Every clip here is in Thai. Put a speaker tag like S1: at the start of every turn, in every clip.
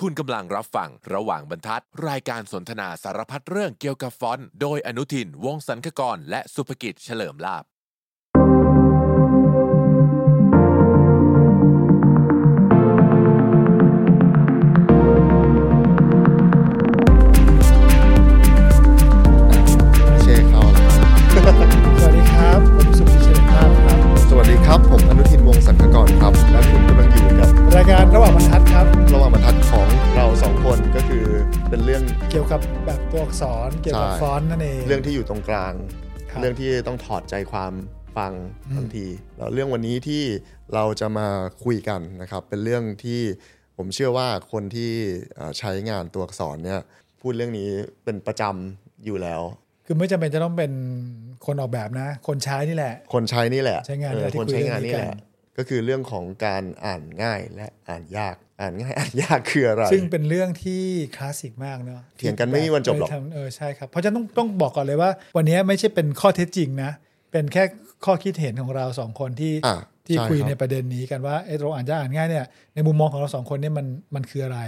S1: คุณกำลังรับฟังระหว่างบรรทัด รายการสนทนาสารพัดเรื่องเกี่ยวกับฟอนต์โดยอนุทิน วงศ์สันคกร และสุภกิจเฉลิมลาบ
S2: เช่เข้าแล้วครับ
S3: สวัสดีครับ ผมสุภิเชษฐ์ภาพครับ
S2: สวัสดีครับ ผมอนุทินวงศ์สังกกรครับ และคุณกำลังอยู่กับ
S3: รายการระหว่างบรรทัดครับ
S2: ระหว่างบรรทัดของเราสองคนก็คือเป็นเรื่อง
S3: เกี่ยวกับแบบตัวอักษรเกี่ยวกับ
S2: ใช่
S3: ฟอนต์นั่นเอง
S2: เรื่องที่อยู่ตรงกลาง
S3: ครับ
S2: เรื่องที่ต้องถอดใจความฟังบางทีแล้วเรื่องวันนี้ที่เราจะมาคุยกันนะครับ เป็นเรื่องที่ผมเชื่อว่าคนที่เอ่อใช้งานตัวอักษรเนี่ยพูดเรื่องนี้เป็นประจำอยู่แล้ว
S3: คือไม่จำเป็นจะต้องเป็นคนออกแบบนะ คนใช้นี่แหละ
S2: คนใช้นี่แหละ
S3: ใช้งาน
S2: เออ
S3: ที่
S2: คนใช้งานนี่แห
S3: คุยกั
S2: ละ
S3: น
S2: ก็คือเรื่องของการอ่านง่ายและอ่านยากอ่านง่ายอ่านยากคืออะไร
S3: ซึ่งเป็นเรื่องที่คลาสสิกมากเนาะ
S2: เถียงกันไม่มีวันจบหรอก
S3: ไม่ทำเออใช่ครับ เพราะฉะนั้นต้องต้องบอกก่อนเลยว่า วันนี้ไม่ใช่เป็นข้อเท็จจริงนะ เป็นแค่ข้อคิดเห็นของเราสองคนที่
S2: อ่ะ
S3: ที่
S2: ช่รับ
S3: คุยในประเด็นนี้กันว่าเออเราอ่านจะอ่านง่ายเนี่ยในมุมมองของเราสองคนเนี่ยมันมันคืออะไร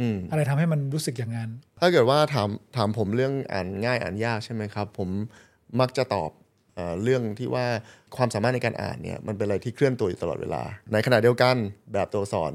S2: อืม
S3: อะไรทำให้มันรู้สึกอย่างนั้น
S2: ถ้าเกิดว่าถามถามผมเรื่องอ่านง่ายอ่านยากใช่ไหมครับ ผมมักจะตอบเอ่อเรื่องที่ว่าความสามารถในการอ่านเนี่ยมันเป็นอะไรที่เคลื่อนตัวอยู่ตลอดเวลา ในขณะเดียวกันแบบตัวสอน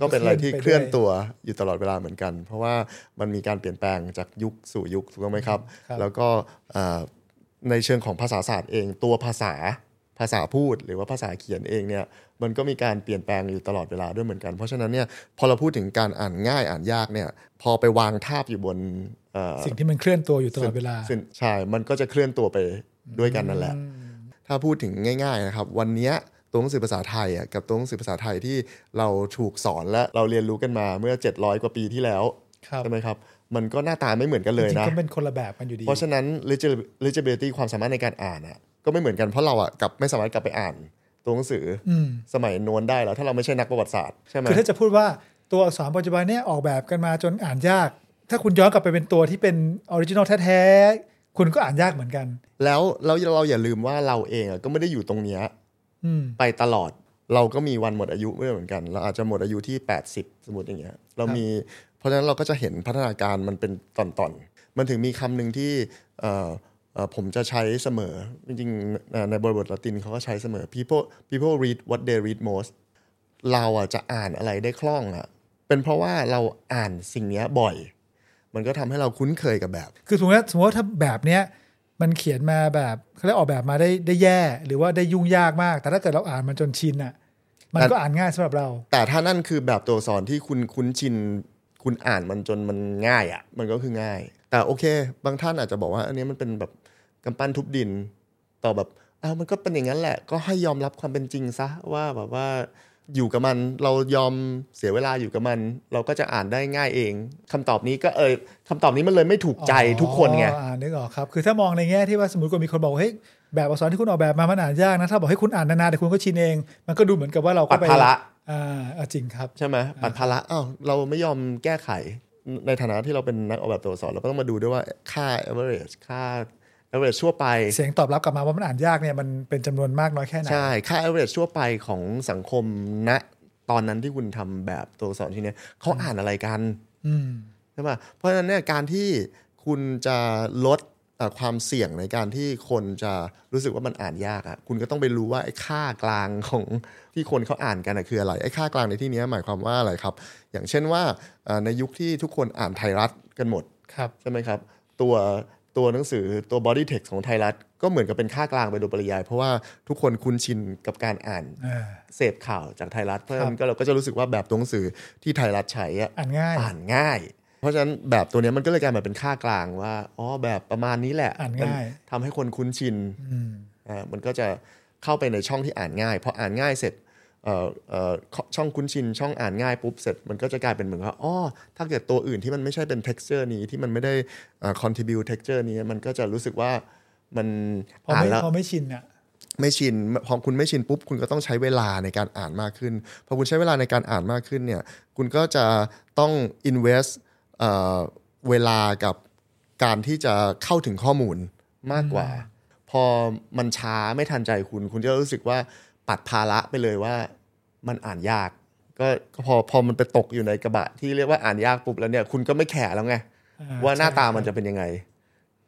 S2: ก็เป็นอะไรที่เคลื่อนตัวอยู่ตลอดเวลาเหมือนกัน เพราะว่ามันมีการเปลี่ยนแปลงจากยุคสู่ยุคถูกต้องไหมครับ
S3: ครับ
S2: แล้วก็เอ่อในเชิงของภาษาศาสตร์เองตัวภาษาภาษาพูดหรือว่าภาษาเขียนเองเนี่ยมันก็มีการเปลี่ยนแปลงอยู่ตลอดเวลาด้วยเหมือนกัน เพราะฉะนั้นเนี่ยพอเราพูดถึงการอ่านง่ายอ่านยากเนี่ยพอไปวางทาบอยู่บนเอ่อ
S3: สิ่งที่มันเคลื่อนตัวอยู่ตลอดเวลา
S2: สิ่งใช่ มันก็จะเคลื่อนตัวไปด้วยกันนั่นแหละ ถ้าพูดถึงง่ายๆนะครับ วันเนี้ยตัวหนังสือภาษาไทยอ่ะกับตัวหนังสือภาษาไทยที่เราถูกสอนและเราเรียนรู้กันมาเมื่อ 700 กว่าปีที่แล้ว
S3: ครับ
S2: ใช่ไหมครับมันก็หน้าตาไม่เหมือนกันเลย
S3: จริง
S2: นะ
S3: ๆก็เป็นคนละแบบกันอยู่ดี
S2: เพราะฉะนั้น legibility ความสามารถในการอ่านอะก็ไม่เหมือนกันเพราะเราอะกลับไม่สามารถกลับไปอ่านตัวหนังสืออ
S3: ม
S2: สมัยโน้นได้แล้ว ถ้าเราไม่ใช่นักประวัติศาสตร์ใช่ไหม
S3: คือถ้าจะพูดว่าตัวอักษรปัจจุบันเนี่ยออกแบบกันมาจนอ่านยาก ถ้าคุณย้อนกลับไปเป็นตัวที่เป็นออริจินอลแท้ๆ คุณก็อ่านยากเหมือนกัน
S2: แล้วเราเราอย่าลืมว่าเราเองอะก็ไม่ได้อยู่ตรงเนี้ย
S3: อืม
S2: ไปตลอด เราก็มีวันหมดอายุด้วยเหมือนกัน เราอาจจะหมดอายุที่ 80 สมมติอย่างเงี้ยเรามีเพราะฉะนั้นเราก็จะเห็นพัฒนาการมันเป็นตอนๆมันถึงมีคำหนึ่งที่เอ่อเอ่อผมจะใช้เสมอจริงๆเอ่อในบริบทละตินเขาก็ใช้เสมอ people people read what they read most เราอ่ะจะอ่านอะไรได้คล่องอ่ะ เป็นเพราะว่าเราอ่านสิ่งเนี้ยบ่อย มันก็ทำให้เราคุ้นเคยกับแบบ
S3: คือสมมติว่าสมมติว่าถ้าแบบเนี้ยมันเขียนมาแบบเขาเรียกออกแบบมาได้ได้แย่ หรือว่าได้ยุ่งยากมาก แต่ถ้าเกิดเราอ่านมันจนชินอ่ะ มันก็อ่านง่ายสำหรับเรา
S2: แต่ถ้านั่นคือแบบตัวอักษรที่คุณคุ้นชิน คุณอ่านมันจนมันง่ายอะ่ะ มันก็คือง่าย แต่โอเค บางท่านอาจจะบอกว่า อันนี้มันเป็นแบบกำปั้นทุบดิน ต่อแบบอ้าวมันก็เป็นอย่างนั้นแหละ ก็ให้ยอมรับความเป็นจริงซะว่าแบบว่าอยู่กับมันเรายอมเสียเวลาอยู่กับมัน เราก็จะอ่านได้ง่ายเองคำตอบนี้ก็เออคำตอบนี้มันเลยไม่ถูกใจทุกคนไง
S3: อ๋ออ่านึกออกครับ คือถ้ามองในแง่ที่ว่าสมมติว่ามีคนบอกว่าเฮ้ยแบบอักษรที่คุณออกแบบมามันอ่านยากนะ ถ้าบอกให้คุณอ่านนานๆแต่คุณก็ชินเอง มันก็ดูเหมือนกับว่าเราก็ไป
S2: ปัดภาระ
S3: อ่าอ่าจริงครับ
S2: ใช่ไหมปัดภาระอ้าวเราไม่ยอมแก้ไขในฐานะที่เราเป็นนักออกแบบตัวอักษรเราก็ต้องมาดูด้วยว่าค่า average ค่า average ทั่วไป
S3: เสียงตอบรับกลับมาว่ามันอ่านยากเนี่ยมันเป็นจำนวนมากน้อยแค่ไหน
S2: ใช่ ค่า average ทั่วไปของสังคมณตอนนั้นที่คุณทำแบบตัวอักษรชิ้นเนี้ยเขาอ่านอะไรกัน
S3: อืม
S2: ใช่ป่ะเพราะฉะนั้นเนี่ยการที่คุณจะลดเอ่อความเสี่ยงในการที่คนจะรู้สึกว่ามันอ่านยากอะคุณก็ต้องไปรู้ว่าไอ้ค่ากลางของที่คนเขาอ่านกันอะคืออะไรไอ้ค่ากลางในที่เนี้ยหมายความว่าอะไรครับ อย่างเช่นว่าเอ่อในยุคที่ทุกคนอ่านไทยรัฐกันหมด
S3: ครับ
S2: ใช่ไหมครับ ตัวตัวหนังสือตัว body text ของไทยรัฐ ก็เหมือนกับเป็นค่ากลางไปโดยปริยาย เพราะว่าทุกคนคุ้นชินกับการอ่าน
S3: เออ
S2: เสพข่าวจากไทยรัฐเพราะ
S3: ค
S2: ฉะ
S3: รับ
S2: นั้นก็เราก็จะรู้สึกว่าแบบตัวหนังสือที่ไทยรัฐใช้อะ
S3: อ่านง่าย
S2: อ่านง่าย เพราะฉะนั้นแบบตัวเนี้ยมันก็เลยกลายมาเป็นค่ากลางว่าอ๋อแบบประมาณนี้แหละ
S3: อ่านง่าย
S2: มันทำให้คนคุ้นชิน
S3: อืม
S2: อ่ามันก็จะเข้าไปในช่องที่อ่านง่ายพออ่านง่ายเสร็จเอ่อเอ่อขช่องคุ้นชินช่องอ่านง่ายปุ๊บเสร็จมันก็จะกลายเป็นเหมือนว่าอ๋อถ้าเกิดตัวอื่นที่มันไม่ใช่เป็น texture นี้ที่มันไม่ได้อ่า contribute texture นี้มันก็จะรู้สึกว่ามัน
S3: พอ
S2: อ่าน
S3: ไม่
S2: แล้ว
S3: พอไม่ชินอ่ะ
S2: ไม่ชินพอคุณไม่ชินปุ๊บคุณก็ต้องใช้เวลาในการอ่านมากขึ้นพอคุณใช้เวลาในการอ่านมากขึ้นเนี่ยคุณก็จะต้อง invest เอ่อเวลากับการที่จะเข้าถึงข้อมูลมากกว่า พอมันช้าไม่ทันใจคุณ คุณจะรู้สึกว่าปัดภาระไปเลยว่ามันอ่านยาก ก็ก็พอพอมันไปตกอยู่ในกระบะที่เรียกว่าอ่านยากปุ๊บแล้วเนี่ยคุณก็ไม่แข่แล้วไง
S3: อ่
S2: ว่าหน้า
S3: ใช่
S2: ตามันจะเป็นยังไง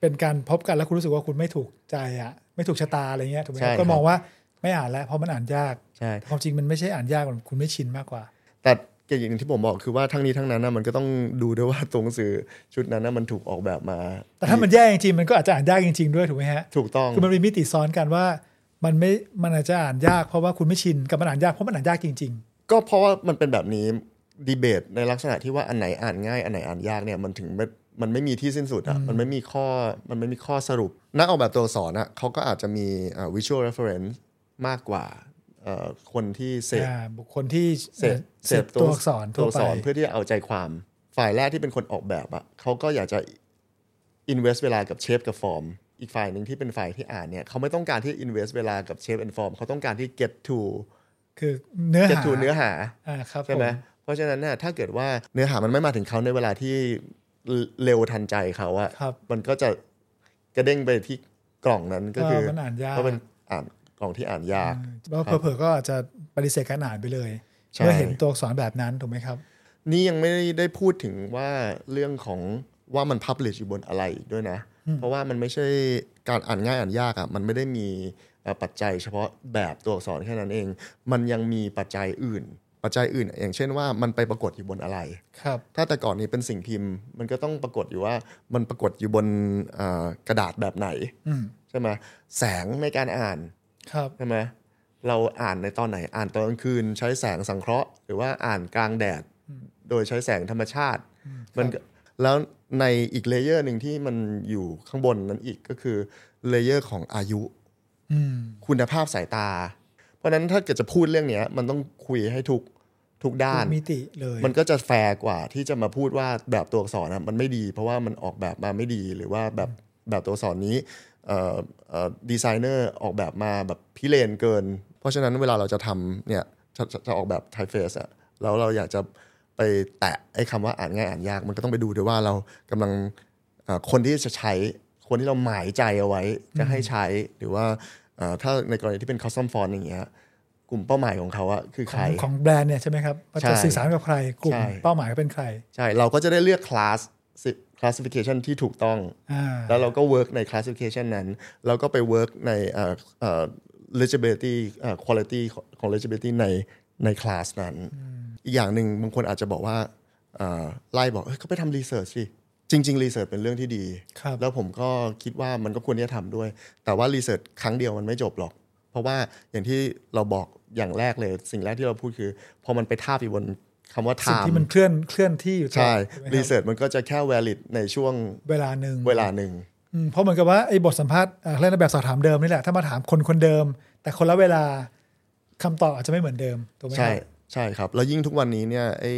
S3: เป็นการพบกันแล้วคุณรู้สึกว่าคุณไม่ถูกใจอะไม่ถูกชะตาอะไรเงี้ยถูกไหม
S2: ใช่ครับ
S3: ก็มองว่าไม่อ่านแล้วเพราะมันอ่านยาก
S2: ใช่
S3: แต่ความจริงมันไม่ใช่อ่านยากมันคุณไม่ชินมากกว่า
S2: แต่อย่างที่ผมบอกคือว่าทั้งนี้ทั้งนั้นนะมันก็ต้องดูด้วยว่าตัวหนังสือชุดนั้นนะมันถูกออกแบบมา
S3: แต่ถ้ามันแย่จริงๆมันก็อาจจะอ่านยากจริง ๆด้วยถูกไหมฮะ
S2: ถูกต้อง
S3: คือมันมีมิติซ้อนกันว่า มันไม่ มันอาจจะอ่านยากเพราะว่าคุณไม่ชินกับมันอ่านยากเพราะมันอ่านยากจริง
S2: ก็เพราะว่ามันเป็นแบบนี้ดีเบตในลักษณะที่ว่าอันไหนอ่านง่ายอันไหนอ่านยากเนี่ยมันถึงไม่มันไม่มีที่สิ้นสุดอะมันไม่มีข้อมันไม่มีข้อสรุป นักออกแบบตัวอักษรอะเขาก็อาจจะมีวิชวลเรฟเฟรนซ์มากกว่าเอ่อคนที่เส
S3: ๆ
S2: พ
S3: อ่าบุคคลที่
S2: เสพ
S3: เสพตัวอักษร
S2: ตั
S3: ทั่
S2: ว
S3: ว
S2: อัก
S3: ไป
S2: ษรเพื่อที่จะเอาใจความฝ่ายแรกที่เป็นคนออกแบบอะเขาก็อยากจะอินเวสเวลากับเชฟกับฟอร์มอีกฝ่ายหนึ่งที่เป็นฝ่ายที่อ่านเนี่ยเขาไม่ต้องการที่อินเวสเวลากับเชฟ and form เขาต้องการที่ get to
S3: คือเนื้อ
S2: get
S3: หา
S2: to เนื้อหา
S3: อ่าครับ
S2: ใช่ไหม
S3: ผ
S2: เพราะฉะนั้นน่ะถ้าเกิดว่าเนื้อหามันไม่มาถึงเขาในเวลาที่เรเร็วทันใจเขาอะ
S3: ครับ
S2: มันก็จะกระเด้งไปที่กล่องนั้นก็คือ
S3: เออมันอ่านยาก
S2: เพราะมันอ่านกล่องที่อ่านยาก
S3: แล้วเผลอๆก็อาจจะปฏิเสธการอ่านไปเลย
S2: ใช่
S3: เมื่อเห็นตัวอักษรแบบนั้นถูกไหมครับ
S2: นี่ยังไม่ได้พูดถึงว่าเรื่องของว่ามันพับลิชอยู่บนอะไรอีกด้วยนะ เพราะว่ามันไม่ใช่การอ่านง่ายอ่านยากอะ่ะมันไม่ได้มีเอ่อปัจจัยเฉพาะแบบตัวอักษรแค่นั้นเอง มันยังมีปัจจัยอื่น ปัจจัยอื่น อย่างเช่นว่ามันไปปรากฏอยู่บนอะไร
S3: ครับ
S2: ถ้าแต่ก่อนนี้เป็นสิ่งพิมพ์ มันก็ต้องปรากฏอยู่ว่ามันปรากฏอยู่บนเอ่อกระดาษแบบไหน
S3: อืม
S2: ใช่ไหมแสงในการอ่าน
S3: ครับ
S2: ใช่ไหมเราอ่านในตอนไหนอ่านตอนกลางคืน ใช้แสงสังเคราะห์ หรือว่าอ่านกลางแดด โดยใช้แสงธรรมชาติมันก็แล้วในอีกเลเยอร์หนึ่งที่มันอยู่ข้างบนนั้นอีกก็คือเลเยอร์ของอายุ
S3: อืม
S2: คุณภาพสายตา เพราะฉะนั้นถ้าเกิดจะพูดเรื่องเนี้ยมันต้องคุยให้ทุกทุกด้าน
S3: มิติเลย
S2: มันก็จะแฟร์กว่าที่จะมาพูดว่าแบบตัวอักษรนะมันไม่ดี เพราะว่ามันออกแบบมาไม่ดีหรือว่าแบบแบบตัวอักษรนี้ดีไซเนอร์ออกแบบมาแบบพิเรนเกิน เพราะฉะนั้นเวลาเราจะทำเนี่ยจะจะจะออกแบบไทเฟสอะแล้วเราอยากจะไปแตะไอ้คำว่าอ่านง่ายอ่านยาก มันก็ต้องไปดูด้วยว่าเรากำลังเอ่อคนที่จะใช้คนที่เราหมายใจเอาไว้จะให้ใช้หรือว่าเอ่อถ้าในกรณีที่เป็นคอสตอมฟอนอย่างเงี้ยกลุ่มเป้าหมายของเขาอะคือ
S3: ข
S2: ใคร
S3: องของแบรนด์เนี่ยใช่ไหมครับว่าจะ
S2: ใช่
S3: สื่อสารกับใครกลุ่ม
S2: ใช่
S3: เป้าหมายเป็นใคร
S2: ใช่ เราก็จะได้เลือกคลาส classification ที่ถูกต้อง
S3: อ่า
S2: แล้วเราก็ work ใน classification นั้น เราก็ไป work ในเอ่อเอ่อ legibility เอ่อ quality ของของ legibility ในในคลาสนั้น อีกอย่างหนึ่งบางคนอาจจะบอกว่าเอ่อไล่บอกเอ้ยเขาไปทำ research สิ จริง ๆ research เป็นเรื่องที่ดี
S3: ครับ
S2: แล้วผมก็คิดว่ามันก็ควรที่จะทำด้วย แต่ว่ารีเสิร์ชครั้งเดียวมันไม่จบหรอก เพราะว่าอย่างที่เราบอกอย่างแรกเลย สิ่งแรกที่เราพูดคือ พอมันไปทาบอยู่บนคำว่า
S3: สิ่ง
S2: time
S3: ที่มันเคลื่อนเคลื่อนที่อยู่ตลอด
S2: ใช่
S3: ถูกไหมคบ
S2: รีเสิร์ชมันก็จะแค่ valid ในช่วง
S3: เวลาหนึ่ง
S2: เวลาหนึ่ง
S3: อืมเพราะเหมือนกับว่าไอ้บทสัมภาษณ์อ่าเล่นแบบสอบถามเดิมนี่แหละถ้ามาถามคนคนเดิม แต่คนละเวลาคำตอบอาจจะไม่เหมือนเดิมถูกไหมค
S2: ใช่
S3: รับ
S2: ใช่ครับ แล้วยิ่งทุกวันนี้เนี่ยไอ้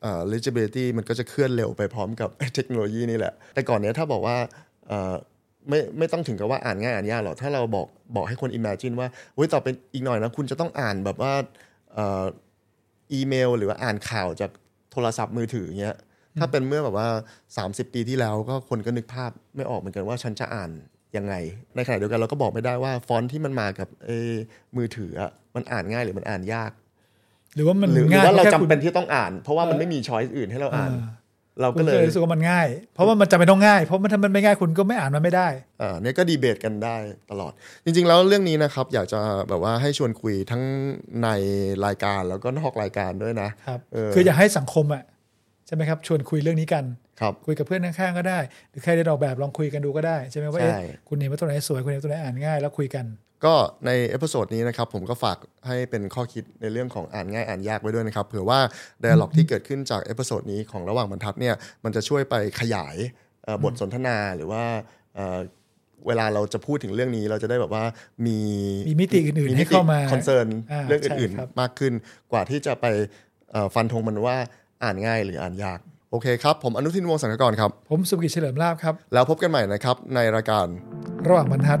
S2: เอ่อ eligibility มันก็จะเคลื่อนเร็วไปพร้อมกับ เทคโนโลยีนี่แหละ แต่ก่อนเนี้ยถ้าบอกว่าเอ่อไม่ไม่ต้องถึงกับว่าอ่านง่ายอ่านยากหรอก ถ้าเราบอกบอกให้คน imagine ว่าเฮ้ยต่อไปอีกหน่อยนะคุณจะต้องอ่านแบบว่าเอ่ออีเมล หรือว่าอ่านข่าวจากโทรศัพท์มือถือเงี้ยถ้าเป็นเมื่อแบบว่า 30 ปีที่แล้วก็คนก็นึกภาพไม่ออกเหมือนกันว่าฉันจะอ่านยังไง ในขณะเดียวกันเราก็บอกไม่ได้ว่าฟอนต์ที่มันมากับไอ้มือถืออะมันอ่านง่ายหรือมันอ่านยาก
S3: หรือว่ามัน
S2: หรือหรือ
S3: ง่าย
S2: ว่าเรา
S3: แค่
S2: จำ
S3: คุณ
S2: เป็นที่ต้องอ่าน เพราะว่ามัน
S3: เออ
S2: ไม่มีช้อยส์อื่นให้เราอ่าน
S3: อ่า
S2: เรา
S3: คุ
S2: ก็
S3: ณ
S2: เล
S3: ก็เลย ยรู้สึกว่ามันง่าย เพราะว่ามันจำเป็นต้องง่ายเพราะมันถ้ามันไม่ง่ายคุณก็ไม่อ่านมันไม่ได้
S2: อ่าเนี่ยก็ดีเบตกันได้ตลอด จริง ๆ แล้วเรื่องนี้นะครับ อยากจะแบบว่าให้ชวนคุยทั้งในรายการแล้วก็นอกรายการด้วยนะ
S3: ครับ
S2: เออ
S3: คืออยากให้สังคมอ่ะใช่ไหมครับชวนคุยเรื่องนี้กัน
S2: ครับ
S3: คุยกับเพื่อนข้างๆก็ได้ หรือใครได้ออกแบบลองคุยกันดูก็ได้ใช่ไหมว่า
S2: ใช่
S3: เอ๊ะคุณเห็นว่าตัวไหนสวยคุณเห็นว่าตัวไหนอ่านง่ายแล้วคุยกัน
S2: ก็ในเอพิโซดนี้นะครับ ผมก็ฝากให้เป็นข้อคิดในเรื่องของอ่านง่ายอ่านยากไว้ด้วยนะครับเผื่อว่าไดอะล็อกที่เกิดขึ้นจากเอพิโซดนี้ของระหว่างบรรทัดเนี่ยมันจะช่วยไปขยายเอ่อบทสนทนาหรือว่าเอ่อเวลาเราจะพูดถึงเรื่องนี้เราจะได้แบบว่ามี
S3: มีมิติอื่นๆให้เข้ามา
S2: คอนเซิร์น
S3: อ่า
S2: เรื่องอื่น
S3: ใช่ครับ
S2: ๆมากขึ้น กว่าที่จะไปเอ่อฟันธงมันว่าอ่านง่ายหรืออ่านยาก โอเคครับ ผมอนุทินวงศ์สังกกรครับ
S3: ผมสุกิจเฉลิมลาบครับ
S2: แล้วพบกันใหม่นะครับในรายการ
S3: ระหว่างบรรทัด